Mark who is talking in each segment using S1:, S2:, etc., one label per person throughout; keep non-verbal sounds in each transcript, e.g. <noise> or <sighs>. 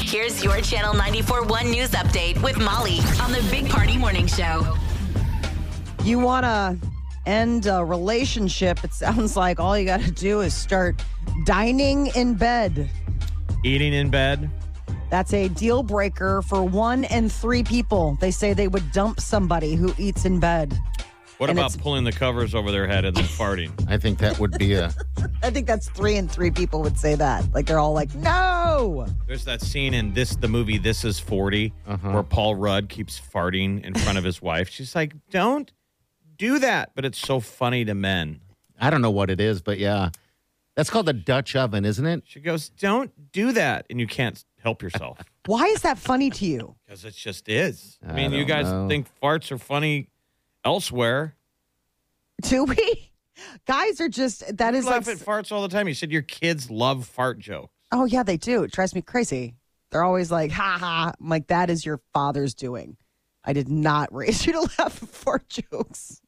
S1: Here's your Channel 94.1 news update with Molly on the Big Party Morning Show.
S2: You want to end a relationship, it sounds like all you got to do is start dining in bed.
S3: Eating in bed.
S2: That's a deal breaker for one in three people. They say they would dump somebody who eats in bed.
S3: What
S2: And
S3: about
S2: it's-
S3: pulling the covers over their head and then farting?
S4: I think that would be a.
S2: I think that's three and three people would say that. Like they're all like, no.
S3: There's that scene in this the movie This Is 40
S4: Uh-huh.
S3: where Paul Rudd keeps farting in front of his wife. She's like, "Don't do that." But it's so funny to men.
S4: I don't know what it is, but yeah, that's called the Dutch oven, isn't it?
S3: She goes, "Don't do that," and you can't
S2: <laughs>
S3: help yourself
S2: Why is that funny to you?
S3: because it just is. I
S4: I
S3: mean, you
S4: don't
S3: guys
S4: know.
S3: think farts are funny elsewhere.
S2: Do we? Guys are just, that
S3: You
S2: is like,
S3: laugh at farts all the time. You said your kids love fart jokes.
S2: oh yeah, they do. It drives me crazy. They're always like, ha ha. I'm like, that is your father's doing. I did not <laughs> raise you to laugh at fart jokes.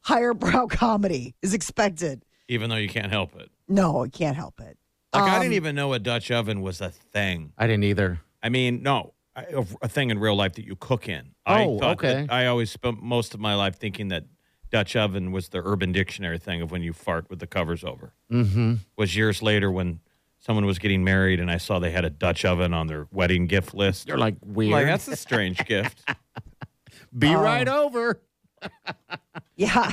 S2: Higher brow comedy is expected.
S3: even though you can't help it.
S2: No, I can't help it.
S3: Like I
S2: Um,
S3: didn't even know a Dutch oven was a thing.
S4: I didn't either.
S3: I mean, no, I- a a thing in real life that you cook in. I
S4: Oh,
S3: thought
S4: okay.
S3: that- I always spent most of my life thinking that Dutch oven was the Urban Dictionary thing of when you fart with the covers over.
S4: Mm-hmm.
S3: Was years later when someone was getting married and I saw they had a Dutch oven on their wedding gift list.
S4: They're like
S3: I'm
S4: weird.
S3: like that's a
S4: <laughs>
S3: strange gift.
S4: be
S2: Oh.
S4: right over.
S2: Yeah.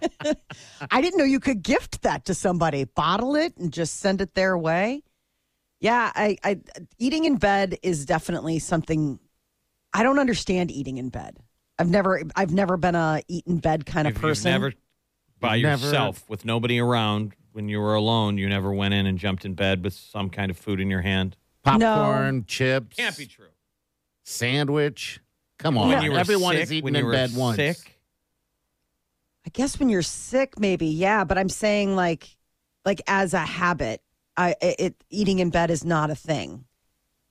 S2: <laughs> I didn't know you could gift that to somebody, bottle it and just send it their way. Yeah, I, I eating in bed is definitely something I don't understand eating in bed. I've never I've never been a eat in bed kind of
S3: If you've
S2: person.
S3: never by
S4: You've never-
S3: yourself with nobody around when you were alone, you never went in and jumped in bed with some kind of food in your hand.
S4: Popcorn, chips,
S3: Can't be true.
S4: sandwich. Come on,
S3: when you were
S4: everyone
S3: sick,
S4: has eaten
S3: when you
S4: in
S3: were
S4: bed once.
S3: Sick.
S2: I guess when you're sick maybe. Yeah, but I'm saying like like as a habit, I it, it eating in bed is not a thing.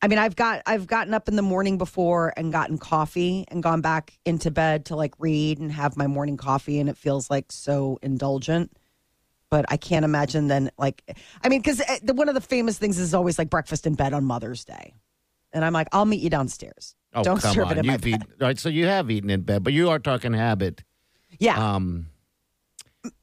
S2: I mean, I've got I've gotten up in the morning before and gotten coffee and gone back into bed to like read and have my morning coffee and it feels like so indulgent. But I can't imagine then like I mean cuz the one of the famous things is always like breakfast in bed on Mother's Day. And I'm like, I'll meet you downstairs.
S4: Oh
S2: Don't
S4: come
S2: serve
S4: on,
S2: it in my
S4: you've eaten. Right, so you have eaten in bed, but you are talking habit.
S2: Yeah.
S4: Um,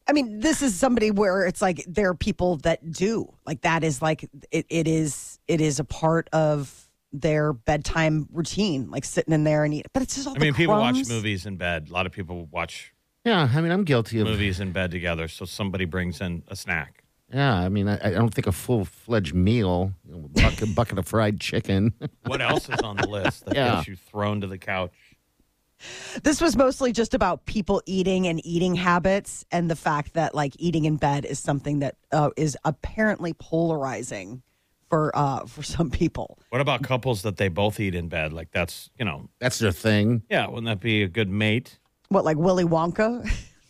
S2: I mean, this is somebody where it's like there are people that do like that is like it, it is it is a part of their bedtime routine, like sitting in there and eat. But it's just all
S3: I mean,
S2: the
S3: people watch
S2: crumbs.
S3: movies in bed. A lot of people watch
S4: yeah, I mean, I'm guilty of.
S3: movies in bed together. So somebody brings in a snack.
S4: Yeah, I mean, I, I don't think a full fledged meal, you know, a bucket, bucket of fried chicken. <laughs>
S2: <laughs>
S3: What else is on the list that
S4: Yeah.
S3: gets you thrown to the couch?
S2: This was mostly just about people eating and eating habits, and the fact that like eating in bed is something that uh, is apparently polarizing for uh for some people.
S3: What about couples that they both eat in bed? Like that's you know,
S4: That's their thing.
S3: yeah, wouldn't that be a
S2: <laughs>
S3: good mate?
S2: What like Willy Wonka?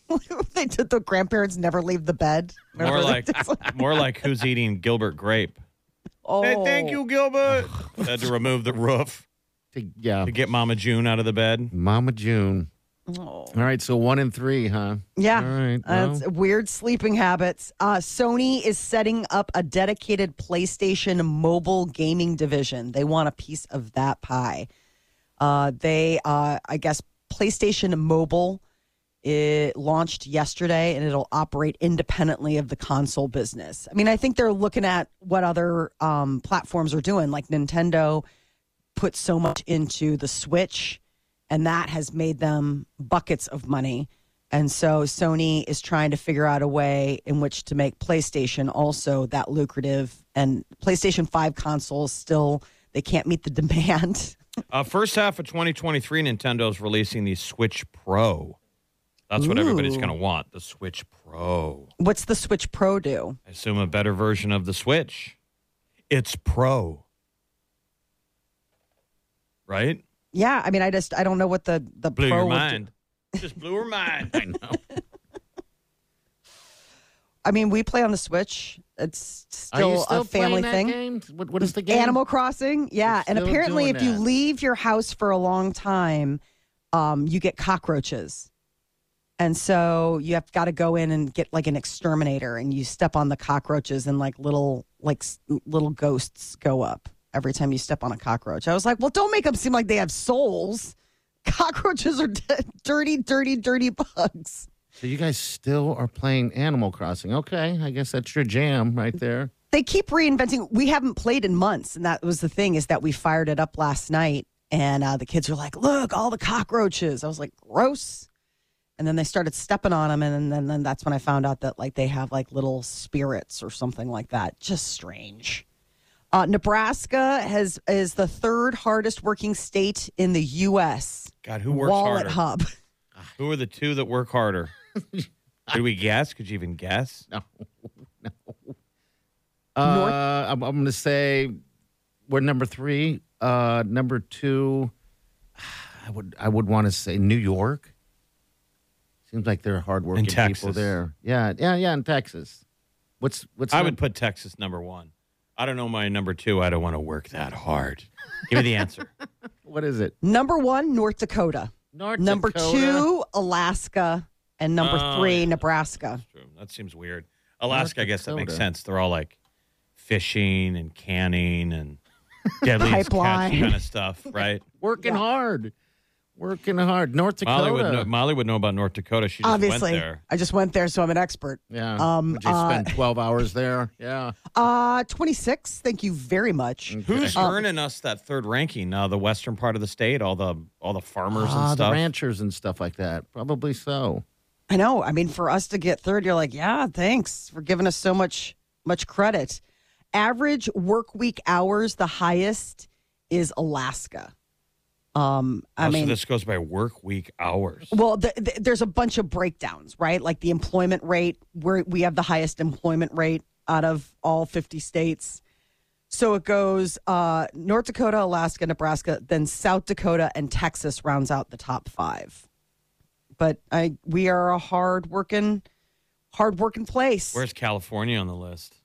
S2: <laughs> they did the grandparents never leave the bed.
S3: More like <laughs> more like who's eating Gilbert grape?
S2: oh,
S3: Hey, thank you,
S2: <laughs>
S3: Gilbert. Had to remove the roof
S4: To- yeah,
S3: to get Mama June out of the bed.
S4: Mama June.
S2: Oh.
S4: All right, so one in three, huh?
S2: Yeah.
S4: All right.
S2: Uh,
S4: well,
S2: it's weird sleeping habits. Uh, Sony is setting up a dedicated PlayStation mobile gaming division. They want a piece of that pie. Uh, they, uh, I guess, PlayStation Mobile it launched yesterday, and it'll operate independently of the console business. I mean, I think they're looking at what other um, platforms are doing, like Nintendo put so much into the Switch, and that has made them buckets of money. And so Sony is trying to figure out a way in which to make PlayStation also that lucrative. And PlayStation 5 consoles still, they can't meet the <laughs> demand.
S3: Uh, first half of 2023, Nintendo's releasing the Switch Pro. That's what everybody's
S2: Ooh.
S3: going to want. The Switch Pro.
S2: What's the Switch Pro do?
S3: I assume a better version of the Switch. It's Pro. right?
S2: Yeah, I mean, I just I don't know what the the
S3: Blew
S2: pro
S3: your
S2: would do.
S3: mind. Just blew her mind.
S2: <laughs>
S3: I know.
S2: I mean, we play on the Switch. It's
S4: Are you
S2: still,
S4: still
S2: a family
S4: playing that
S2: thing.
S4: game? What, what is the game?
S2: Animal Crossing, yeah.
S4: You're
S2: And
S4: still
S2: apparently,
S4: doing
S2: if you
S4: that.
S2: leave your house for a long time, um, you get cockroaches, and so you have got to go in and get like an exterminator, and you step on the cockroaches, and like little like s- little ghosts go up every time you step on a cockroach. I was like, well, don't make them seem like they have souls. <laughs> Cockroaches are d- dirty, dirty, dirty bugs.
S4: So you guys still are playing Animal Crossing. Okay, I guess that's your jam right there.
S2: they keep reinventing. We haven't played in months, and that was the thing is that we fired it up last night, and uh, the kids were like, "Look, all the cockroaches." I was like, "Gross," and then they started stepping on them, and then then that's when I found out that like they have like little spirits or something like that. Just strange. Uh, Nebraska has is the third hardest working state in the U.S.
S3: <laughs> God, who works
S2: Wallet
S3: harder?
S2: hub.
S3: Who are the two that
S2: <laughs>
S3: work harder? Could we guess? Could you even guess?
S4: Uh, I'm, I'm going to say we're number three. Uh, number two, <sighs> I would I would want to say New York. Seems like they're hardworking
S3: In
S4: people
S3: Texas.
S4: there. Yeah, yeah, yeah. In Texas, what's what's
S3: I
S4: the-
S3: would put Texas number one. I don't know my number two. I don't want to work that hard. Give me the <laughs> answer.
S4: what is it?
S2: Number one, North Dakota.
S4: North
S2: Number
S4: Dakota.
S2: two, Alaska, and number
S3: Oh,
S2: three,
S3: yeah.
S2: Nebraska.
S3: True. That seems weird. Alaska, I guess that makes
S4: Dakota.
S3: sense. They're all like fishing and
S2: <laughs>
S3: canning and deadliest catch
S2: Pipeline.
S3: kind of stuff, right?
S4: working hard, working hard. North Dakota.
S3: Molly would know, Molly would know about North Dakota. She just
S2: Obviously,
S3: went there.
S2: I just went there, so I'm an expert.
S4: yeah,
S2: Um,
S4: would you
S2: uh,
S4: spend twelve hours there? Yeah.
S2: Uh, 26. Thank you very much.
S3: Who's
S4: Oh.
S3: earning us that third ranking? Uh, the western part of the state, all the all the farmers
S4: Ah,
S3: and
S4: the
S3: stuff.
S4: ranchers and stuff like that. Probably so.
S2: I know. I mean, for us to get third, you're like, yeah, thanks for giving us so much much credit. Average work week hours, the highest is Alaska. Um, I
S3: Oh, so
S2: mean,
S3: this goes by work week hours.
S2: Well, th th there's a bunch of breakdowns, right? Like the employment rate, where we have the highest employment rate out of all 50 states. So it goes uh, North Dakota, Alaska, Nebraska, then South Dakota and Texas rounds out the top five. But I, we are a hard working, hard working place.
S3: Where's California on the list?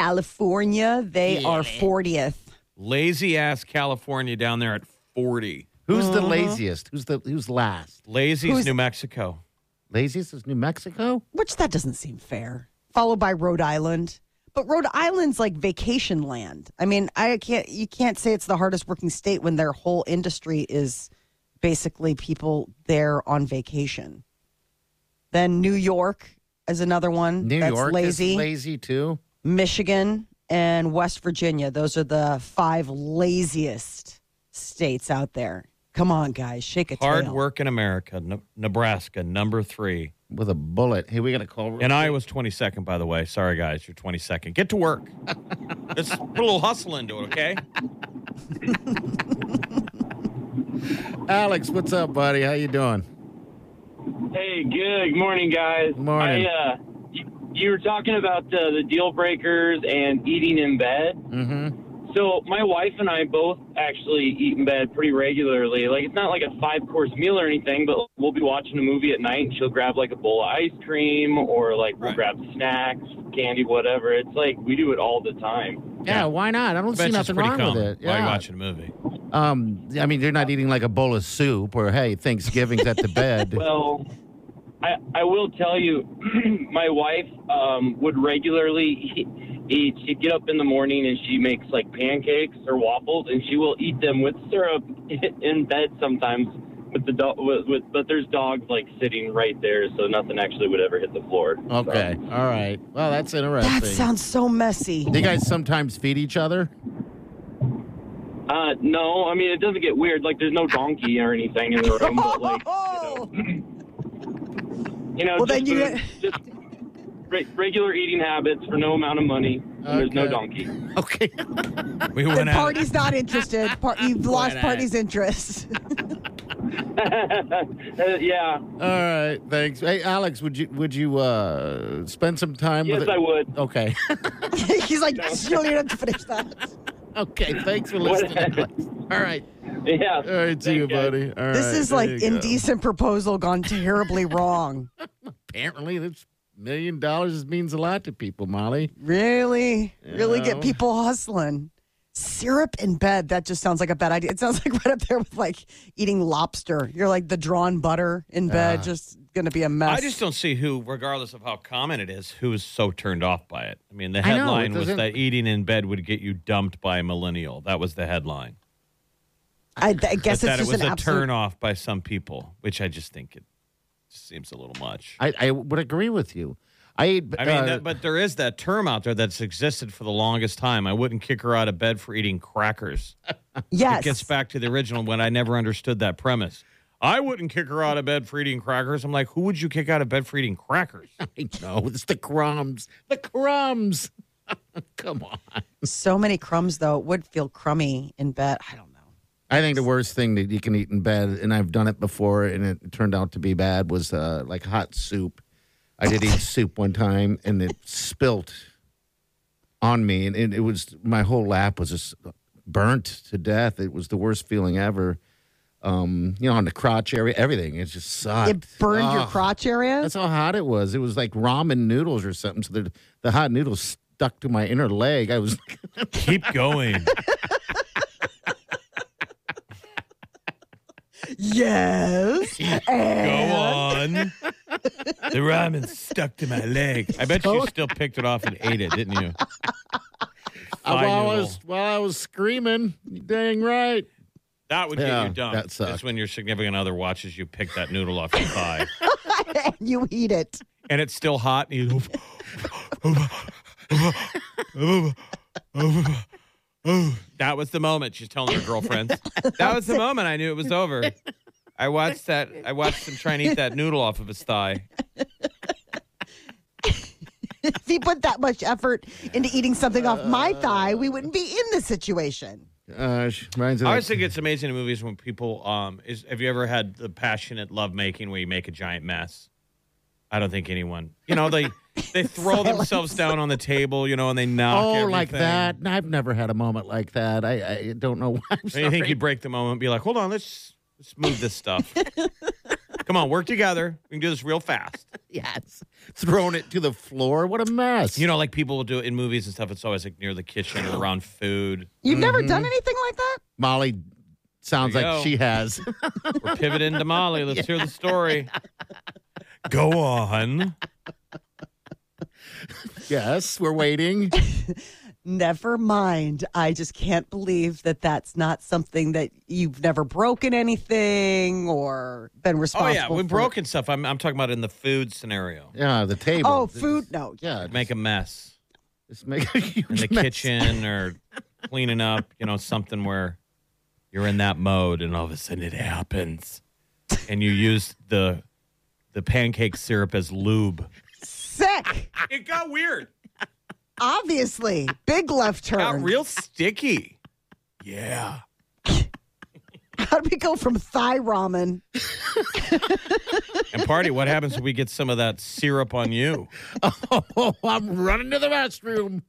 S2: California? They are 40th.
S3: Lazy ass California down there at 40.
S4: Who's
S2: Mm-hmm.
S4: the laziest? Who's the who's last?
S3: Lazy's New Mexico.
S4: Laziest is New Mexico.
S2: which that doesn't seem fair. Followed by Rhode Island. But Rhode Island's like vacation land. I mean, I can't you can't say it's the hardest working state when their whole industry is basically people there on vacation. Then New York is another one.
S4: New
S2: that's
S4: York
S2: lazy.
S4: is lazy too.
S2: Michigan and West Virginia. Those are the five laziest states out there. Come on, guys, shake a
S3: Hard
S2: tail.
S3: work in America. Ne- Nebraska, number three.
S4: With a bullet. Hey, we got a call.
S3: And Iowa's 22nd, by the way. Sorry, guys, you're 22nd. Get to work. Let's put a little hustle into it,
S4: <laughs>
S3: okay?
S4: Alex, what's up, buddy? How you doing?
S5: Hey, good morning, guys.
S4: Morning.
S5: I, uh, you, you were talking about uh, the deal breakers and eating in bed.
S4: Mm-hmm.
S5: So my wife and I both actually eat in bed pretty regularly. Like it's not like a five course meal or anything, but we'll be watching a movie at night, and she'll grab like a bowl of ice cream, or like we'll
S3: Right.
S5: grab snacks, candy, whatever. It's like we do it all the time.
S4: Yeah, why not? I don't see
S3: Bet
S4: nothing
S3: pretty
S4: wrong
S3: common
S4: with it.
S3: while you're
S4: Yeah.
S3: watching a movie.
S4: Um, I mean, you're not eating like a bowl of soup or hey, Thanksgiving's at the
S2: <laughs>
S4: bed.
S5: Well, I, I will tell you, <clears throat> my wife um, would regularly eat. She'd get up in the morning and she makes like pancakes or waffles, and she will eat them with syrup <laughs> in bed sometimes. With the dog, with, with, but there's dogs like sitting right there, so nothing actually would ever hit the floor.
S4: okay. All right. Well, that's interesting.
S2: that sounds so messy.
S4: Do you guys sometimes feed each other?
S5: Uh, no, I mean it doesn't get weird. Like there's no donkey or anything in the room,
S2: <laughs>
S4: <laughs>
S5: but like
S2: Oh!
S5: you know,
S2: Well,
S5: just,
S2: then you
S5: food, just re- regular eating habits for no amount of money. and There's no
S4: Okay.
S5: donkey.
S4: Okay.
S3: We went
S2: The
S3: out.
S2: party's not interested. Par- you've lost
S4: not?
S2: party's interest. <laughs>
S5: <laughs> Uh, yeah.
S4: All right. Thanks. Hey, Alex, would you would you uh spend some time
S5: Yes,
S4: with?
S5: I would.
S4: Okay. <laughs>
S3: <laughs>
S2: He's like, you don't even have to finish that.
S4: okay. Thanks for listening. Alex. All right.
S5: Yeah.
S4: All right, see you,
S5: Thanks, guys.
S4: buddy. All
S2: this
S4: right,
S2: is
S4: there
S2: like
S4: you go.
S2: indecent proposal gone terribly wrong.
S4: Apparently, this million dollars means a lot to people, Molly.
S2: Really, really
S4: Yeah.
S2: get people hustling. Syrup in bed. That just sounds like a bad idea. It sounds like <laughs> right up there with like eating lobster. You're like the drawn butter in bed, just gonna be a mess.
S3: I just don't see who, regardless of how common it is, who is so turned off by it. I mean, the
S4: I know, it
S3: headline was
S4: doesn't-
S3: that eating in bed would get you dumped by a millennial. That was the headline.
S2: I, I guess
S3: but
S2: it's
S3: that it
S2: just
S3: was
S2: an
S3: a
S2: absolute.
S3: turn off by some people, which I just think it seems a little much.
S4: I, I would agree with you. I ate.
S3: I mean,
S4: uh,
S3: that, but there is that term out there that's existed for the longest time. I wouldn't kick her out of bed for eating crackers.
S2: Yes,
S3: It gets back to the original when I never understood that premise. I wouldn't kick her out of bed for eating crackers. I'm like, who would you kick out of bed for eating
S2: <laughs>
S3: crackers?
S4: <laughs> I know it's the crumbs. The crumbs. <laughs> Come on.
S2: so many crumbs though. It would feel crummy in bed. I don't know.
S4: I think the worst thing that you can eat in bed, and I've done it before, and it turned out to be bad, was uh, like hot soup. I did eat soup one time, and it spilt on me, and it, it was my whole lap was just burnt to death. It was the worst feeling ever. Um, you know, on the crotch area, everything it just sucked.
S2: It burned your
S4: Ugh.
S2: crotch area.
S4: That's how hot it was. It was like ramen noodles or something. So the the hot noodles stuck to my inner leg. I was
S3: Keep going.
S2: Yes.
S3: <laughs> Go on. <laughs> the ramen stuck to my leg. I bet you still picked it off and ate it, didn't <laughs> you? Fine
S4: while I
S3: noodle.
S4: was while I was screaming. Dang right.
S3: That would
S4: Yeah,
S3: get you dumped.
S4: that sucked.
S3: That's when your significant other watches you pick that noodle off your thigh.
S2: and <laughs> you eat it.
S3: <laughs> and it's still hot and you <laughs> that was the moment she's telling her <laughs> girlfriends that was the moment i knew it was over i watched that i watched him try and eat that noodle off of his thigh
S2: if he put that much effort into eating something off my thigh, we wouldn't be in this situation.
S4: Gosh, reminds me
S3: i
S4: of
S3: always
S4: that-
S3: think it's amazing in movies when people um is have you ever had the passionate love making where you make a giant mess i don't think anyone you know
S4: <laughs>
S3: they they throw themselves down on the table you know and they knock
S4: Oh, like
S3: everything.
S4: that? No, I've never had a moment like that. I, I don't know <laughs> why. I'm
S3: And <laughs> you think
S4: sorry.
S3: you break the moment, and be like, hold on, let's let's move this
S4: <laughs>
S3: stuff. Come on, work together. We can do this real fast.
S4: yes, thrown it to the floor. What a mess!
S3: You know, like people will do it in movies and stuff. It's always like near the kitchen or around food.
S2: You've never
S3: Mm-hmm.
S2: done anything like that?
S4: Molly sounds
S3: There you go.
S4: like she has.
S3: <laughs> We're pivoting to Molly. Let's hear the story.
S4: <laughs>
S3: Go on.
S4: yes, we're waiting.
S2: Never mind. I just can't believe that that's not something that you've never broken anything or been
S3: Oh
S2: responsible.
S3: yeah, we
S2: for.
S3: broken stuff. I'm I'm talking about in the food scenario.
S4: Yeah, the table.
S2: Oh, food? No.
S4: Yeah,
S3: Make a mess
S4: just make a <laughs> huge
S3: in the
S4: mess.
S3: kitchen or cleaning up. You know, something where you're in that mode, and all of a sudden it happens, and you use the the pancake syrup as lube.
S2: Sick.
S3: It got weird.
S2: Obviously. Big left turn.
S3: Got real sticky. Yeah.
S2: How'd we go from thigh ramen?
S3: And party, what happens if we get some of that syrup on you?
S4: Oh, I'm running to the restroom.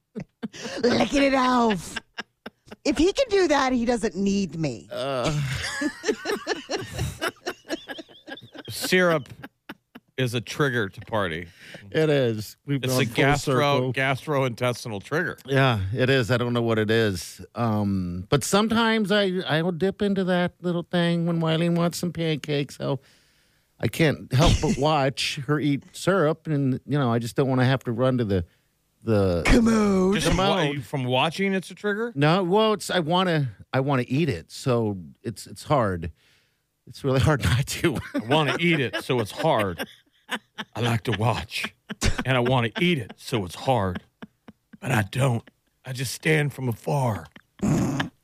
S2: Licking it off. If he can do that, he doesn't need me.
S3: Syrup is a trigger to party.
S4: It is. We've
S3: It's
S4: gone
S3: a gastro
S4: full circle.
S3: gastrointestinal trigger.
S4: Yeah, it is. I don't know what it is. Um, but sometimes I I will dip into that little thing when Wileen wants some pancakes. So I can't help
S3: <laughs>
S4: but watch her eat syrup, and you know I just don't want to have to run to the the.
S2: Commode.
S3: Just from, wa-
S4: out.
S3: from watching, it's a trigger.
S4: No, well, it's I want to I want to eat it, so it's it's hard. It's really hard <laughs> not to.
S3: I want to eat it, so it's hard. I like to watch, and I want to eat it, so it's hard. But I don't. I just stand from afar.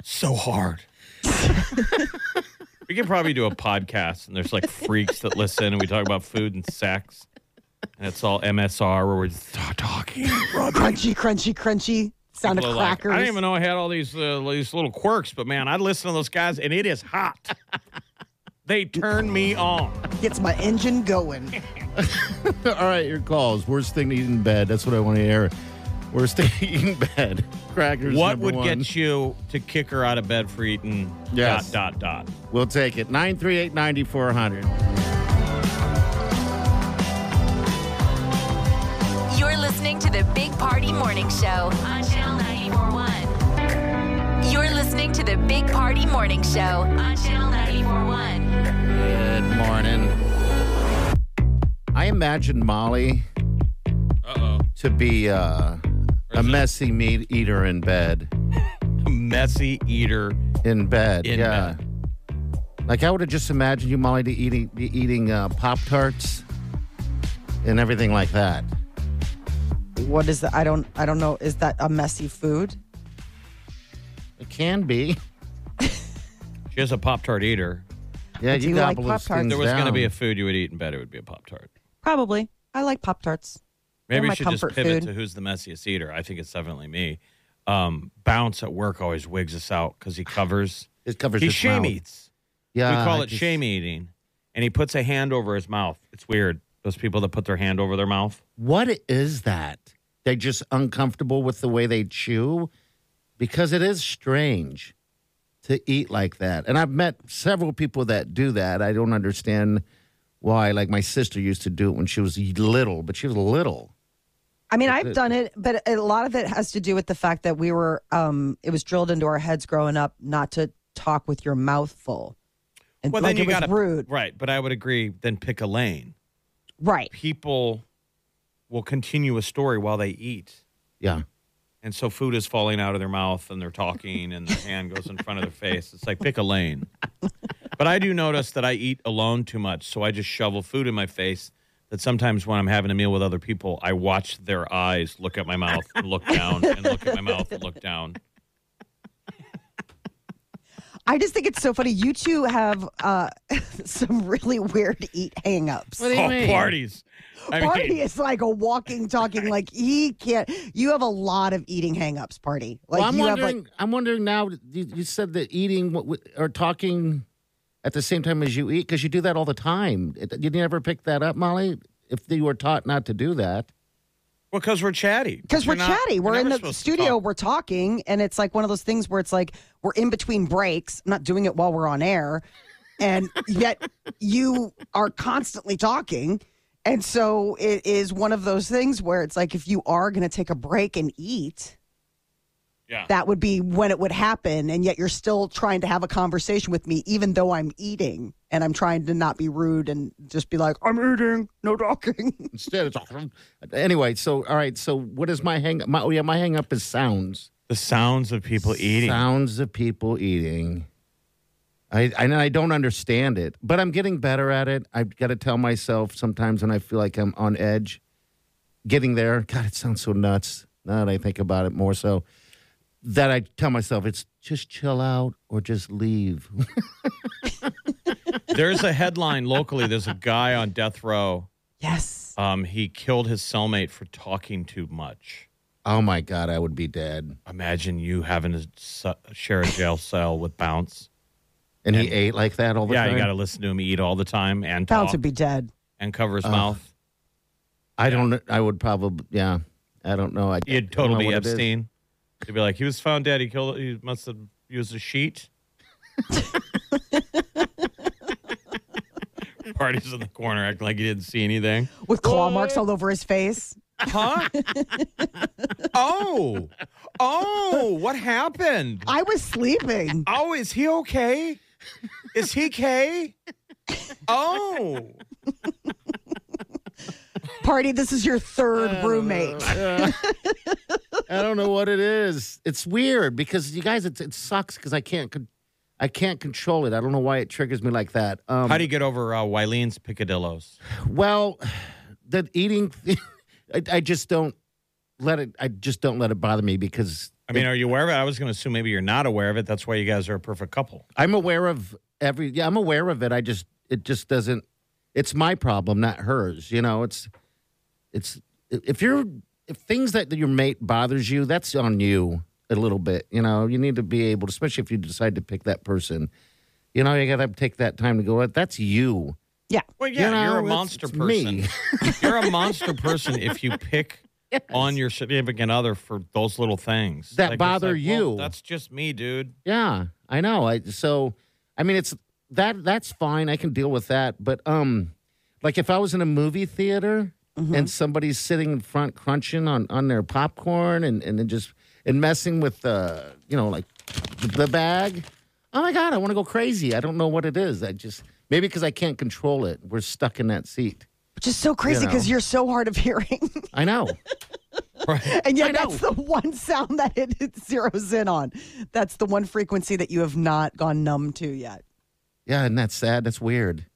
S3: So hard. we could probably do a podcast, and there's like freaks that listen, and we talk about food and sex, and it's all MSR where we're just talking.
S2: Crunchy, crunchy, crunchy. Sound of
S3: People are like,
S2: crackers.
S3: I didn't even know I had all these uh, these little quirks, but man, I listen to those guys, and it is hot.
S2: <laughs>
S3: they turn me on.
S2: Gets my engine going.
S4: <laughs> All right, your calls. Worst thing to eat in bed. That's what I want to hear. Worst thing to eat in bed. crackers.
S3: What
S4: number
S3: would
S4: one.
S3: get you to kick her out of bed for eating
S4: Yes.
S3: dot dot dot?
S4: We'll take it. 938 9400.
S1: You're listening to the Big Party Morning Show on Channel 941. You're listening to the Big Party Morning Show on Channel 941.
S4: Good morning. I imagine Molly
S3: Uh
S4: to be uh, a
S3: it-
S4: messy meat eater in bed.
S3: oh. Messy eater.
S4: In bed,
S3: In
S4: yeah. Like I would have just imagined you, Molly, to eating be eating uh, pop tarts and everything like that.
S2: <laughs> What is that? I don't. I don't know. Is that a messy food?
S4: It can be. <laughs>
S3: She is a Pop Tart eater.
S4: Yeah,
S2: do
S4: you
S2: like
S4: gobble those
S2: Pop-Tarts.
S4: things
S3: If there was
S4: down.
S3: going to be a food you would eat in bed, it would be a Pop Tart.
S2: Probably. I like Pop Tarts. They're
S3: Maybe
S2: my
S3: we should just
S2: comfort
S3: pivot
S2: food.
S3: to who's the messiest eater. I think it's definitely me. Um, Bounce at work always wigs us out because he covers.
S4: It covers
S3: he
S4: his
S3: shame
S4: mouth.
S3: eats.
S4: Yeah,
S3: we call
S4: I
S3: it
S4: just-
S3: shame eating. And he puts a hand over his mouth. It's weird. Those people that put their hand over their mouth.
S4: What is that? They're just uncomfortable with the way they chew because it is strange to eat like that. And I've met several people that do that. I don't understand why. Like my sister used to do it when she was little, but she was little.
S2: I mean, I've done it, but a lot of it has to do with the fact that we were. Um, it was drilled into our heads growing up not to talk with your mouth full. And like it was
S3: gotta-
S2: rude,
S3: Right. But I would agree, then pick a lane.
S2: right?
S3: People will continue a story while they eat.
S4: Yeah.
S3: And so food is falling out of their mouth and they're talking and their hand goes in front of their face. It's like pick a lane. But I do notice that I eat alone too much. So I just shovel food in my face. That sometimes when I'm having a meal with other people, I watch their eyes look at my mouth and look down and look at my mouth and look down.
S2: I just think it's so funny. You two have uh, <laughs> some really weird eat hangups.
S4: do you
S3: Oh,
S4: mean?
S3: parties. I mean,
S2: Party is like a walking, talking. Like he can't. You have a lot of eating hangups. Party. Like
S4: well, I'm
S2: you
S4: wondering.
S2: have like
S4: I'm wondering now. You, you said that eating what- what- or talking at the same time as you eat because you do that all the time. It- You never picked that up, Molly. If you were taught not to do that,
S3: Well, because we're chatty.
S2: because we're
S3: You're not-
S2: chatty.
S3: you're
S2: We're in
S3: never
S2: the
S3: supposed to
S2: studio.
S3: talk.
S2: We're talking, and it's like one of those things where it's like we're in between breaks. I'm not doing it while we're on air, and yet you are constantly talking. And so it is one of those things where it's like if you are going to take a break and eat,
S3: Yeah.
S2: that would be when it would happen and yet you're still trying to have a conversation with me even though i'm eating and i'm trying to not be rude and just be like i'm eating no talking <laughs>
S4: instead it's anyway. So all right. So what is my hang? My, oh yeah, my hang up is sounds.
S3: the sounds of people eating.
S4: <laughs> Sounds of people eating. I, I and I don't understand it, but I'm getting better at it. I've got to tell myself sometimes when I feel like I'm on edge, getting there. God, it sounds so nuts. Now that I think about it more so, that I tell myself it's just chill out or just leave. <laughs>
S3: There's a headline locally. There's a guy on death row.
S2: yes
S3: Um, he killed his cellmate for talking too much.
S4: oh my God, I would be dead.
S3: Imagine you having to su- share a jail cell with Bounce.
S4: And he ate like that all the
S3: Yeah,
S4: time.
S3: you got to listen to him eat all the time and
S2: bounce
S3: talk
S2: would be dead
S3: and cover his mouth.
S4: I don't. I would probably. Yeah, I don't know. I,
S3: He'd
S4: I don't know
S3: totally
S4: what it is.
S3: Epstein. He'd be like, he was found dead. He killed. He must have used a sheet. <laughs> Parties in the corner acting like he didn't see anything.
S2: with claw marks all over his face
S3: Huh? oh, oh, what happened?
S2: i was sleeping
S3: Oh, is he okay? Is he K? Oh.
S2: party this is your
S4: Uh,
S2: third roommate
S4: <laughs> I don't know what it is. It's weird because you guys, it, it sucks because I can't, con- I can't control it. I don't know why it triggers me like that. Um,
S3: How do you get over uh, Wylene's picadillos?
S4: well, <sighs> the eating, <laughs> I, I just don't let it. I just don't let it bother me because
S3: I mean, are you aware of it? I was going to assume maybe you're not aware of it. That's why you guys are a perfect couple.
S4: I'm aware of every. Yeah, I'm aware of it. I just, it just doesn't. It's my problem, not hers. You know, it's, it's if you're if things that your mate bothers you, that's on you a little bit. You know, you need to be able, to, especially if you decide to pick that person. You know, you got to take that time to go. That's you.
S2: yeah
S3: Well, yeah,
S4: You know,
S3: you are a
S4: it's-
S3: monster
S4: it's <laughs>
S3: person.
S4: me. <laughs>
S3: you're a monster person if you pick on your significant other for those little things
S4: That
S3: it's
S4: bother
S3: well,
S4: you.
S3: that's just me,
S4: <laughs>
S3: dude.
S4: Yeah, I know. I so I mean it's that that's fine. I can deal with that. But um like if I was in a movie theater and somebody's sitting in front crunching on on their popcorn and and then just and messing with uh you know like the bag. Oh my god, I want to go crazy. I don't know what it is. I just maybe because I can't control it. We're stuck in that seat.
S2: Which is so crazy
S4: know.
S2: because you are so hard of hearing. <laughs>
S4: I know.
S3: Right.
S2: and yet that's the one sound that it, <laughs> it zeroes in on. That's the one frequency that you have not gone numb to yet.
S4: yeah, and that's sad. That's weird.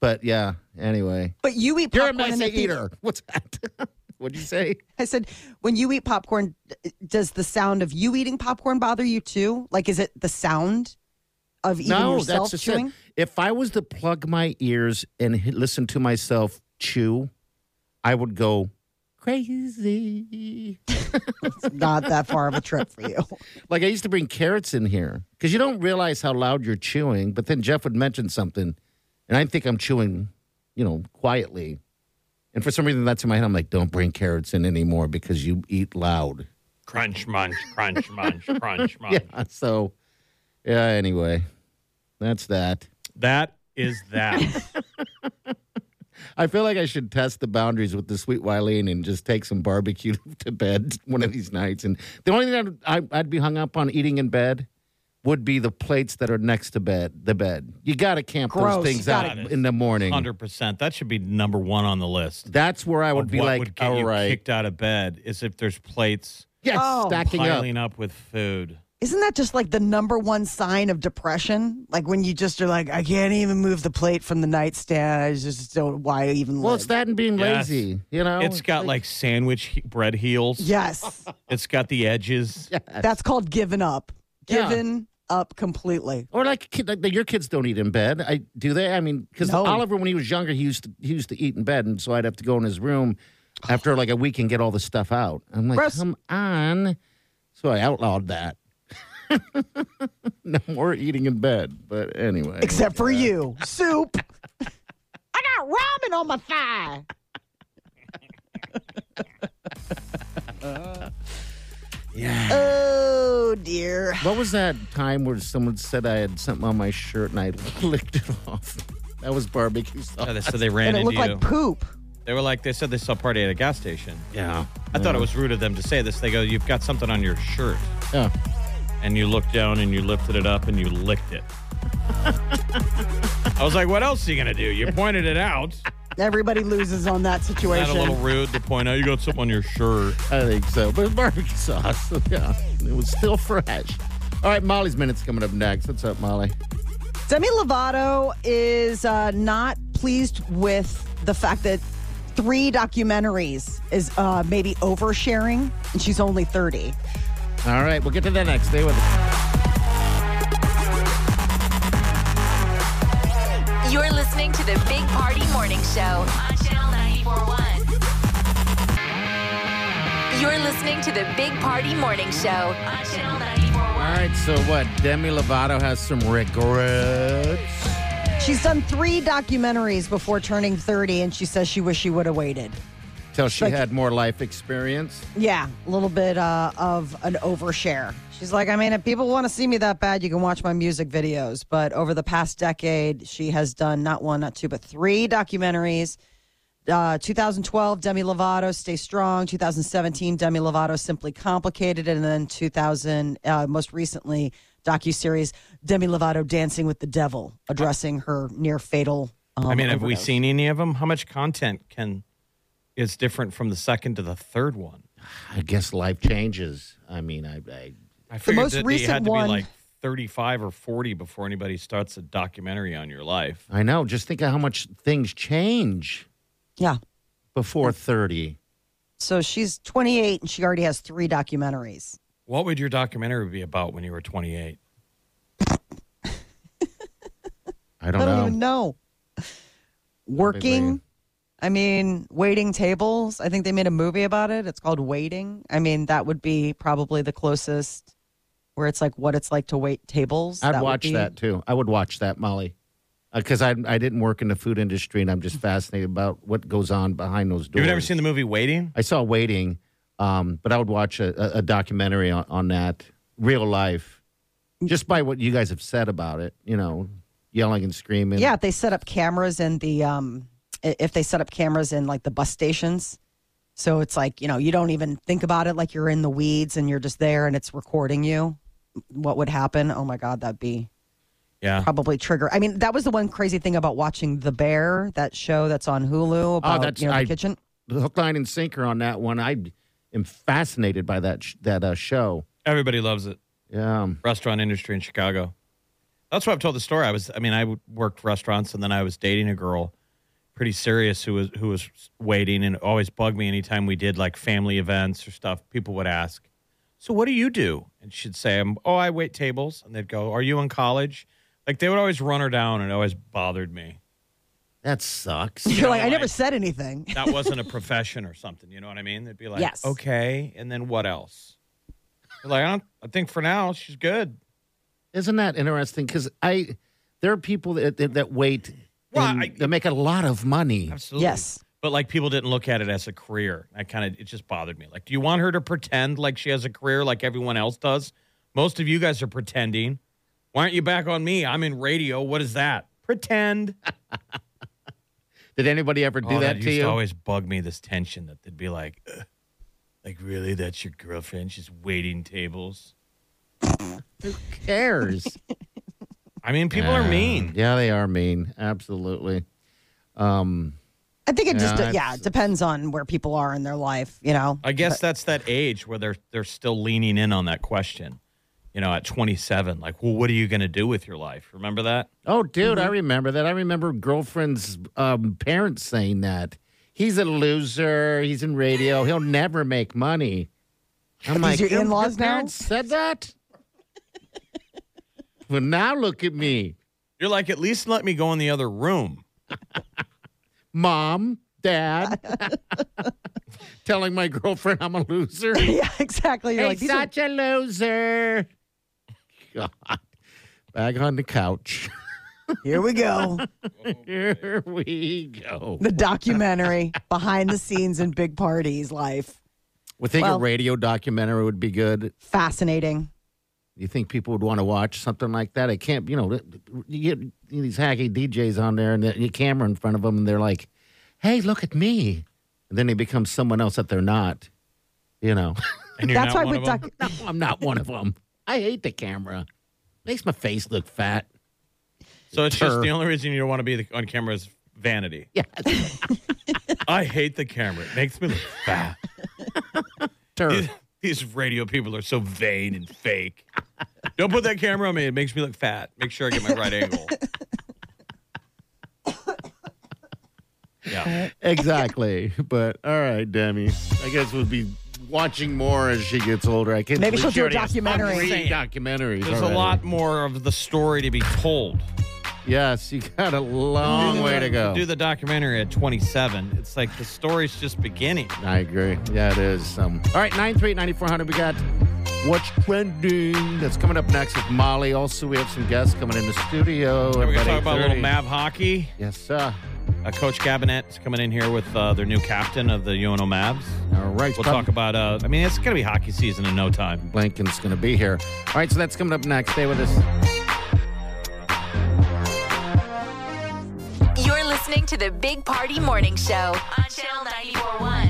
S4: But yeah, anyway.
S2: But you eat
S4: You're a
S2: popcorn in
S4: messy
S2: the theater.
S4: eater. What's that? <laughs> What'd you say?
S2: I said, when you eat popcorn, d- does the sound of you eating popcorn bother you too? Like, is it the sound of eating yourself
S4: just
S2: chewing?
S4: It. If I was to plug my ears and h- listen to myself chew, I would go crazy.
S2: It's not that far of a trip for you.
S4: <laughs> Like I used to bring carrots in here because you don't realize how loud you're chewing. But then Jeff would mention something, and I think I'm chewing, you know, quietly. And for some reason, that's in my head. I'm like, don't bring carrots in anymore because you eat loud. <laughs>
S3: Crunch, munch, crunch, munch, crunch, munch.
S4: Yeah. So, yeah. Anyway, that's that.
S3: That is that.
S4: <laughs> I feel like I should test the boundaries with the sweet Wileen and just take some barbecue <laughs> to bed one of these nights. And the only thing I'd, I- I'd be hung up on eating in bed would be the plates that are next to bed. The bed. You got to camp
S2: Gross.
S4: those things
S3: Got
S4: out
S3: it.
S4: in the morning.
S3: Hundred percent. That should be number one on the list.
S4: That's where I would
S3: Of
S4: be
S3: what
S4: like,
S3: would get
S4: all
S3: you
S4: right,
S3: kicked out of bed is if there's plates
S4: yes,
S2: Oh.
S4: stacking up.
S3: piling up. with food.
S2: Isn't that just like the number one sign of depression? Like when you just are like, I can't even move the plate from the nightstand. I just don't. Why even?
S4: Well,
S2: live?
S4: it's that and being
S3: Yes.
S4: lazy. You know,
S3: It's got like sandwich he- bread heels.
S2: Yes,
S3: It's got the edges.
S2: that's called giving up.
S4: Yeah.
S2: Given up completely.
S4: Or like, kid, like your kids don't eat in bed. I do they? I mean, because
S2: No.
S4: Oliver, when he was younger, he used to, he used to eat in bed, and so I'd have to go in his room after like a week and get all the stuff out. I'm like,
S2: Gross.
S4: come on. So I outlawed that. <laughs> no more eating in bed. But anyway,
S2: Except for you, soup. I got ramen on my thigh.
S4: yeah.
S2: Oh dear.
S4: What was that time where someone said I had something on my shirt and I <laughs> licked it off? That was barbecue
S3: Yeah,
S4: sauce.
S3: Oh, they said they
S2: And
S3: ran
S2: it
S3: into
S2: looked
S3: you.
S2: like poop.
S3: they were like, they said they saw party at a gas station.
S4: Yeah.
S3: I thought it was rude of them to say this. They go, "You've got something on your shirt,"
S4: Yeah.
S3: and you looked down and you lifted it up and you licked it. I was like, "What else are you gonna do?" You pointed it out.
S2: Everybody loses on that
S3: Isn't that
S2: situation.
S3: a little rude to point out you got something on your shirt?
S4: I think so. But it's barbecue sauce. <laughs> Yeah. It was still fresh. All right, Molly's minute's coming up next. What's up, Molly?
S2: Demi Lovato is uh, not pleased with the fact that three documentaries is uh, maybe oversharing, and she's only 30.
S4: All right, we'll get to that next. Stay with us.
S1: You're listening to the Big Party Morning Show on Channel 941. You're listening to the Big Party Morning Show on Channel 941.
S4: All right, so what? Demi Lovato has some regrets.
S2: She's done three documentaries before turning 30, and she says she wish she would have waited.
S4: Till she
S2: Like-
S4: had more life experience.
S2: Yeah, a little bit uh, of an overshare. She's like, I mean, if people want to see me that bad, you can watch my music videos. But over the past decade, she has done not one, not two, but three documentaries. Uh, 2012, Demi Lovato, Stay Strong. 2017, Demi Lovato, Simply Complicated. And then 2000, uh, most recently, docuseries, Demi Lovato, Dancing with the Devil, addressing her near fatal. Um,
S3: I mean, have we
S2: overdose.
S3: seen any of them? How much content can is different from the second to the third one?
S4: I guess life changes. I mean, I, I
S3: I figured
S2: most
S3: that
S2: recent
S3: they had to
S2: one-
S3: be like 35 or 40 before anybody starts a documentary on your life.
S4: I know. Just think of how much things change
S2: Yeah.
S4: before 30.
S2: So she's 28 and she already has three documentaries.
S3: What would your documentary be about when you were 28?
S4: I
S2: I
S4: don't,
S2: don't
S4: know.
S2: even know. Working. I mean, waiting tables. I think they made a movie about it. It's called Waiting. I mean, that would be probably the closest where it's like what it's like to wait tables.
S4: I'd
S2: That would
S4: watch
S2: be-
S4: that too. I would watch that, Molly. because I I didn't work in the food industry, and I'm just fascinated about what goes on behind those doors.
S3: You've never seen the movie Waiting?
S4: I saw Waiting, um, but I would watch a, a- a documentary on, on that real life, just by what you guys have said about it. You know, yelling and screaming.
S2: Yeah, if they set up cameras in the um, i- if they set up cameras in like the bus stations, so it's like you know you don't even think about it like you're in the weeds and you're just there and it's recording you. What would happen? Oh my God, that'd be
S3: Yeah.
S2: probably trigger. I mean, that was the one crazy thing about watching The Bear, that show that's on Hulu about
S4: Oh, that's-
S2: you know, the
S4: I-
S2: kitchen. <laughs>
S4: the hook, line, and sinker on that one. I am fascinated by that sh- that uh, show.
S3: Everybody loves it.
S4: Yeah, um,
S3: Restaurant industry in Chicago. That's why I've told the story. I was, I mean, I w- worked restaurants and then I was dating a girl pretty serious who was, who was waiting and it always bugged me anytime we did like family events or stuff. People would ask, So what do you do? And she'd say, "Um, Oh, I wait tables. And they'd go, Are you in college? Like they would always run her down and it always bothered me.
S4: that
S2: <laughs>
S4: sucks.
S2: You're like, I never
S3: like-
S2: said anything.
S3: that
S2: <laughs>
S3: wasn't a profession or something. You know what I mean? They'd be like,
S2: Yes.
S3: okay, and then what else? They're like, I, don't, I think for now she's good.
S4: Isn't that interesting? Because I there are people that that, that wait.
S3: Well,
S4: and
S3: I-
S4: that make a lot of money.
S3: Absolutely.
S2: Yes.
S3: But like people didn't look at it as a career. That kind of it just bothered me. Like, do you want her to pretend like she has a career like everyone else does? Most of you guys are pretending. Why aren't you back on me? I'm in radio. What is that? Pretend.
S4: Did anybody ever do
S3: Oh,
S4: that, to
S3: used
S4: you?
S3: always bug me this tension that they'd be like, "Ugh, like really, that's your girlfriend? She's waiting tables.
S4: Who cares?
S3: I mean, <laughs> people are
S4: Um,
S3: mean.
S4: Yeah, they are mean. Absolutely. Um,
S2: I think it just, uh,
S4: Yeah,
S2: yeah, it depends on where people are in their life, you know?
S3: I guess that's that age where they're they're still leaning in on that question. You know, at 27, like, well, what are you going to do with your life? Remember that?
S4: oh, dude,
S2: Mm-hmm.
S4: I remember that. I remember girlfriend's um, parents saying that he's a loser. He's in radio.
S2: <laughs>
S4: He'll never make money. I'm like,
S2: your
S4: "Your-
S2: in-laws
S4: your
S2: now?"
S4: parents Said that. well, now look at me,
S3: You're like, at least let me go in the other room.
S4: mom, dad, <laughs> telling my girlfriend I'm a loser.
S2: yeah, exactly. <laughs> You're like,
S4: He's
S2: these are-
S4: such a loser. God. Back on the couch. <laughs>
S2: here we go.
S4: Here we go.
S2: The documentary behind the scenes in big parties life.
S4: We think
S2: Well-
S4: a radio documentary would be good.
S2: Fascinating.
S4: You think people would want to watch something like that? I can't, you know, you get these hacky DJs on there and the your camera in front of them, and they're like, "Hey, look at me," and then they become someone else that they're not. You know, <laughs>
S3: And you're
S2: That's why
S3: not one
S2: with
S3: of them?
S2: doc-
S4: no, I'm not one of them. I hate the camera. Makes my face look fat. <laughs>
S3: So it's just
S4: Sure.
S3: the only reason you don't want to be the- on camera is vanity.
S4: Yeah,
S3: I hate the camera. It makes me
S4: <laughs>
S3: look fat.
S4: turd.
S3: These- These radio people are so vain and fake. Don't put that camera on me. It makes me look fat. Make sure I get my right
S4: <laughs>
S3: angle. Yeah.
S4: <laughs> Exactly. But all right, Demi. I guess we'll be watching more as she gets older. I can't.
S2: Maybe
S4: believe
S2: she'll
S4: she
S2: do a
S4: already has
S2: documentary.
S4: three Documentaries.
S3: There's
S4: already.
S3: a lot more of the story to be told.
S4: Yes, you got a long way to go.
S3: do the documentary at 27. It's like the story's just beginning.
S4: I agree. Yeah, it is. Um, all right, 93-9400. We got what's trending. That's coming up next with Molly. Also, we have some guests coming in the studio.
S3: We're
S4: Everybody
S3: going to talk about a little
S4: 8:30.
S3: Mav hockey.
S4: Yes, sir.
S3: Uh, Coach Gabinette's coming in here with uh, their new captain of the UNO Mavs.
S4: All right,
S3: We'll
S4: Bob
S3: talk about, uh, I mean, it's going to be hockey season in no time.
S4: Blanken's going to be here. All right, so that's coming up next. Stay with us.
S1: You're listening to the Big Party Morning Show on Channel 941.